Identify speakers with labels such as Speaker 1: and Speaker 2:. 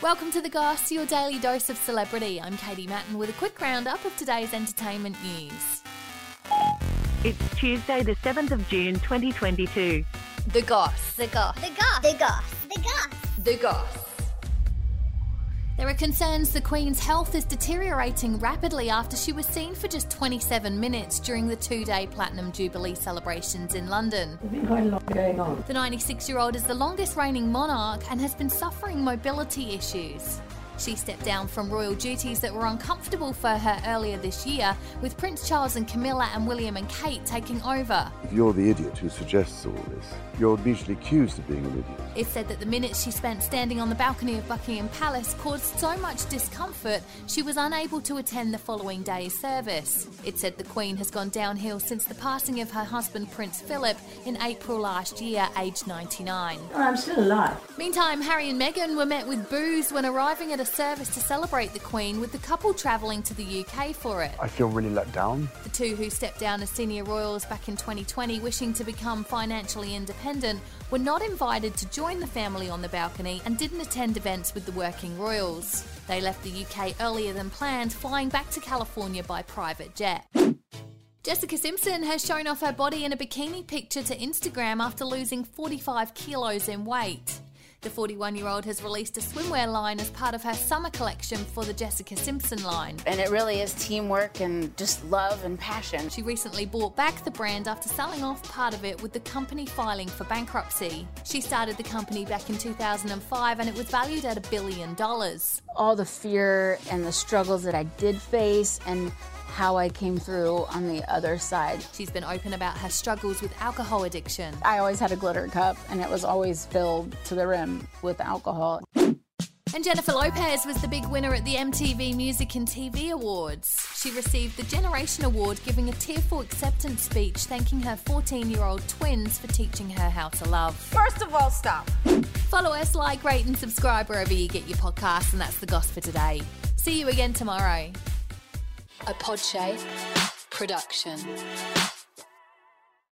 Speaker 1: Welcome to The Goss, your daily dose of celebrity. I'm Katie Matten with a quick roundup of today's entertainment news.
Speaker 2: It's Tuesday, the 7th of June, 2022.
Speaker 1: The Goss. The Goss.
Speaker 3: The goth. The goth. The goth.
Speaker 1: The Goss. There are concerns the Queen's health is deteriorating rapidly after she was seen for just 27 minutes during the two day Platinum Jubilee celebrations in London.
Speaker 4: There's been quite a lot going on.
Speaker 1: The 96 year old is the longest reigning monarch and has been suffering mobility issues. She stepped down from royal duties that were uncomfortable for her earlier this year, with Prince Charles and Camilla and William and Kate taking over.
Speaker 5: If you're the idiot who suggests all this, you're immediately accused of being an idiot.
Speaker 1: It's said that the minutes she spent standing on the balcony of Buckingham Palace caused so much discomfort she was unable to attend the following day's service. It's said the Queen has gone downhill since the passing of her husband Prince Philip in April last year, aged 99.
Speaker 4: Well, I'm still alive.
Speaker 1: Meantime, Harry and Meghan were met with boos when arriving at a service to celebrate the Queen, with the couple travelling to the UK for it.
Speaker 6: I feel really let down.
Speaker 1: The two who stepped down as senior royals back in 2020, wishing to become financially independent, were not invited to join the family on the balcony and didn't attend events with the working royals. They left the UK earlier than planned, flying back to California by private jet. Jessica Simpson has shown off her body in a bikini picture to Instagram after losing 45 kilos in weight. The 41 year old has released a swimwear line as part of her summer collection for the Jessica Simpson line.
Speaker 7: and it really is teamwork and just love and passion.
Speaker 1: She recently bought back the brand after selling off part of it with the company filing for bankruptcy. She started the company back in 2005 and it was valued at a billion dollars.
Speaker 7: All the fear and the struggles that I did face and how I came through on the other side.
Speaker 1: She's been open about her struggles with alcohol addiction.
Speaker 7: I always had a glitter cup and it was always filled to the rim with alcohol.
Speaker 1: And Jennifer Lopez was the big winner at the MTV Music and TV Awards. She received the Generation Award, giving a tearful acceptance speech thanking her 14 year old twins for teaching her how to love.
Speaker 8: First of all, stop.
Speaker 1: Follow us, like, rate, and subscribe wherever you get your podcasts, and that's the gossip for today. See you again tomorrow. A Podshape production.